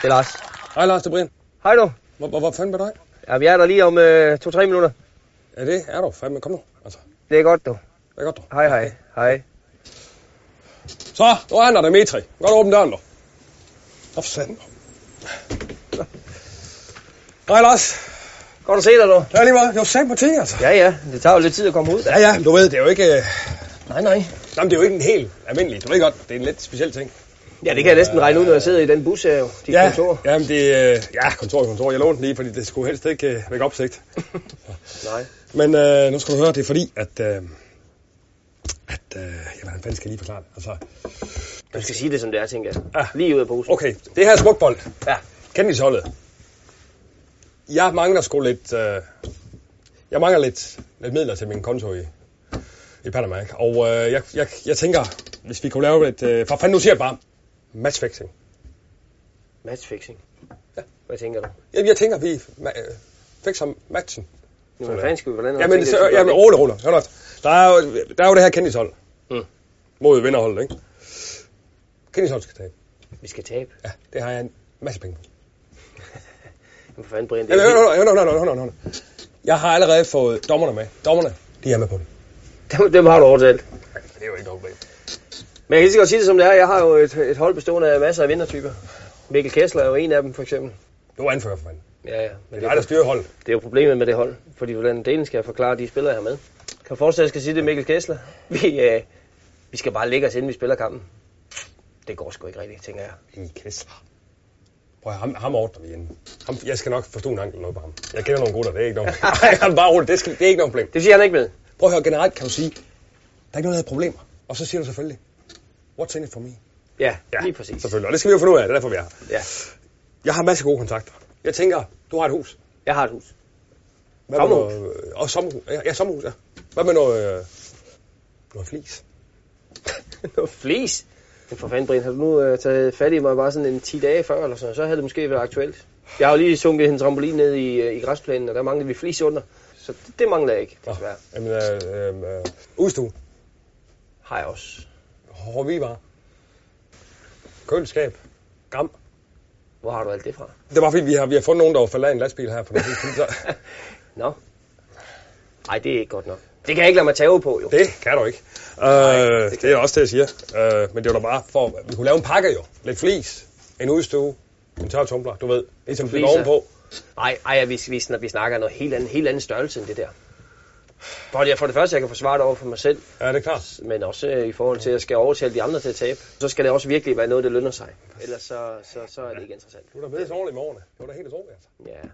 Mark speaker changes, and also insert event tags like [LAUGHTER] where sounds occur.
Speaker 1: Det er Lars.
Speaker 2: Hej Lars, det er Brian.
Speaker 1: Hej du.
Speaker 2: Hvor, hvor, hvor fanden med dig?
Speaker 1: Ja, vi er der lige om øh, to-tre minutter.
Speaker 2: Ja, det er du fandme. Kom nu. Altså,
Speaker 1: Det er godt du.
Speaker 2: det er godt du.
Speaker 1: Hej, hej. Hej.
Speaker 2: Så, nu er han der, Dimitri. Godt åbne døren, du. Nå, for satan. Hej Lars.
Speaker 1: Godt at se dig du.
Speaker 2: Det er lige meget. Det var sat på ting, altså.
Speaker 1: Ja, ja. Det tager jo lidt tid at komme ud.
Speaker 2: Ja, ja, du ved, det er jo ikke... Øh...
Speaker 1: Nej, nej.
Speaker 2: Jamen, det er jo ikke en helt almindelig. Du ved godt, det er en lidt speciel ting.
Speaker 1: Ja, det kan jeg næsten regne ud, når jeg sidder i den bus her jo. Dit
Speaker 2: ja,
Speaker 1: kontor.
Speaker 2: Jamen, det øh... Ja, kontor, kontor. Jeg lånte den lige, fordi det skulle helst ikke øh, vække opsigt.
Speaker 1: Nej.
Speaker 2: Men øh, nu skal du høre, det er fordi, at... Øh, at, øh, ja, hvordan fanden skal jeg lige forklare det? Altså,
Speaker 1: Du skal sige det, som det er, tænker jeg.
Speaker 2: Ja.
Speaker 1: Lige ud af posen.
Speaker 2: okay, det her er smukbold.
Speaker 1: Ja.
Speaker 2: Kendisholdet. Jeg mangler sgu lidt... Øh, jeg mangler lidt, lidt midler til min konto i, i Panama, ikke? Og øh, jeg, jeg, jeg tænker, hvis vi kunne lave et... Øh, for fanden, nu siger jeg det bare. Matchfixing.
Speaker 1: Matchfixing.
Speaker 2: Ja.
Speaker 1: Hvad tænker du?
Speaker 2: Jeg, jeg tænker, vi ma- øh, fikser matchen.
Speaker 1: Nu
Speaker 2: Sådan.
Speaker 1: er fanden skal vi hvordan
Speaker 2: Jamen, så, jamen rolig, rolig. Hør nu efter. Der er jo, der er jo det her kendishold.
Speaker 1: Mm.
Speaker 2: Mod vinderholdet, ikke? Kendishold skal tage.
Speaker 1: Vi skal tabe.
Speaker 2: Ja, det har jeg en masse penge på.
Speaker 1: Jamen, for fanden, Brian, det
Speaker 2: Jamen,
Speaker 1: er
Speaker 2: hør, hør, hør, hør, hør, hør, hør, hør. Jeg har allerede fået dommerne med. Dommerne, de er med på det.
Speaker 1: Dem, dem har du overtalt.
Speaker 2: Det er jo ikke noget problem.
Speaker 1: Men jeg kan lige så godt sige det, som det er. Jeg har jo et, et hold bestående af masser af vindertyper. Mikkel Kessler er jo en af dem, for eksempel.
Speaker 2: Du er anfører for fanden.
Speaker 1: Ja, ja.
Speaker 2: Det
Speaker 1: Men
Speaker 2: er dig, der styrer holdet.
Speaker 1: Det er jo problemet med det hold, fordi hvordan delen skal jeg forklare de spillere, jeg har med. Kan du forestille dig, at jeg skal sige det, Mikkel Kessler? [LAUGHS] Vi, øh, vi skal bare lægge os, inden vi spiller kampen. Det går sgu ikke rigtigt, tænker jeg.
Speaker 2: I Kessler. Prøv at høre, ham, ham ordner vi inden. Ham, jeg skal nok forstå en ankel noget på ham. Jeg kender nogle gutter, det er ikke [LAUGHS] noget problem. Ej, han bare roligt, det, skal, det er ikke noget problem.
Speaker 1: Det siger han ikke med.
Speaker 2: Prøv at høre, generelt kan du sige, der er ikke noget, der hedder problemer. Og så siger du selvfølgelig, what's in it for me?
Speaker 1: Ja, ja lige præcis.
Speaker 2: Selvfølgelig, og det skal vi jo finde ud af, det er derfor, vi er her.
Speaker 1: Ja.
Speaker 2: Jeg har masser af gode kontakter. Jeg tænker, du har et hus.
Speaker 1: Jeg har et hus. [LAUGHS]
Speaker 2: Hvad med
Speaker 1: Sommerhus.
Speaker 2: Noget, og sommerhus. Ja, ja, sommerhus, ja. Hvad med noget, øh, noget flis?
Speaker 1: Noget flis. Men for fanden, Brian, har du nu øh, taget fat i mig bare sådan en 10 dage før, eller sådan, så havde det måske været aktuelt. Jeg har jo lige sunket en trampolin ned i, øh, i græsplænen, og der manglede vi flis under. Så det, det mangler jeg ikke,
Speaker 2: Nå,
Speaker 1: desværre.
Speaker 2: jamen, øh, øh, øh, udstue.
Speaker 1: Har jeg også.
Speaker 2: Hårvivarer. Køleskab. Gram.
Speaker 1: Hvor har du alt det fra?
Speaker 2: Det var fordi, vi har, vi har fundet nogen, der var faldet af en lastbil her. For noget tid
Speaker 1: [LAUGHS]
Speaker 2: siden, så-
Speaker 1: Nå. Nej, det er ikke godt nok. Det kan jeg ikke lade mig tage på, jo.
Speaker 2: det kan du ikke. Øh, det, det er også det, jeg siger. Øh, men det var da bare for, at vi kunne lave en pakke jo. Lidt flis, en udstue, en tør tumbler, du ved. Ligesom lidt
Speaker 1: Fliser.
Speaker 2: ovenpå.
Speaker 1: Nej, ej, vi, vi, sn- vi snakker noget helt andet, helt anden størrelse end det der. For det, for det første, jeg kan forsvare det over for mig selv,
Speaker 2: Ja, det er klart.
Speaker 1: men også øh, i forhold til, at jeg skal overtale de andre til at tabe. Så skal det også virkelig være noget, der lønner sig. Ellers så, så, så er det ikke interessant.
Speaker 2: Du er da med i i morgen. Det var da helt utroligt, altså.
Speaker 1: Ja,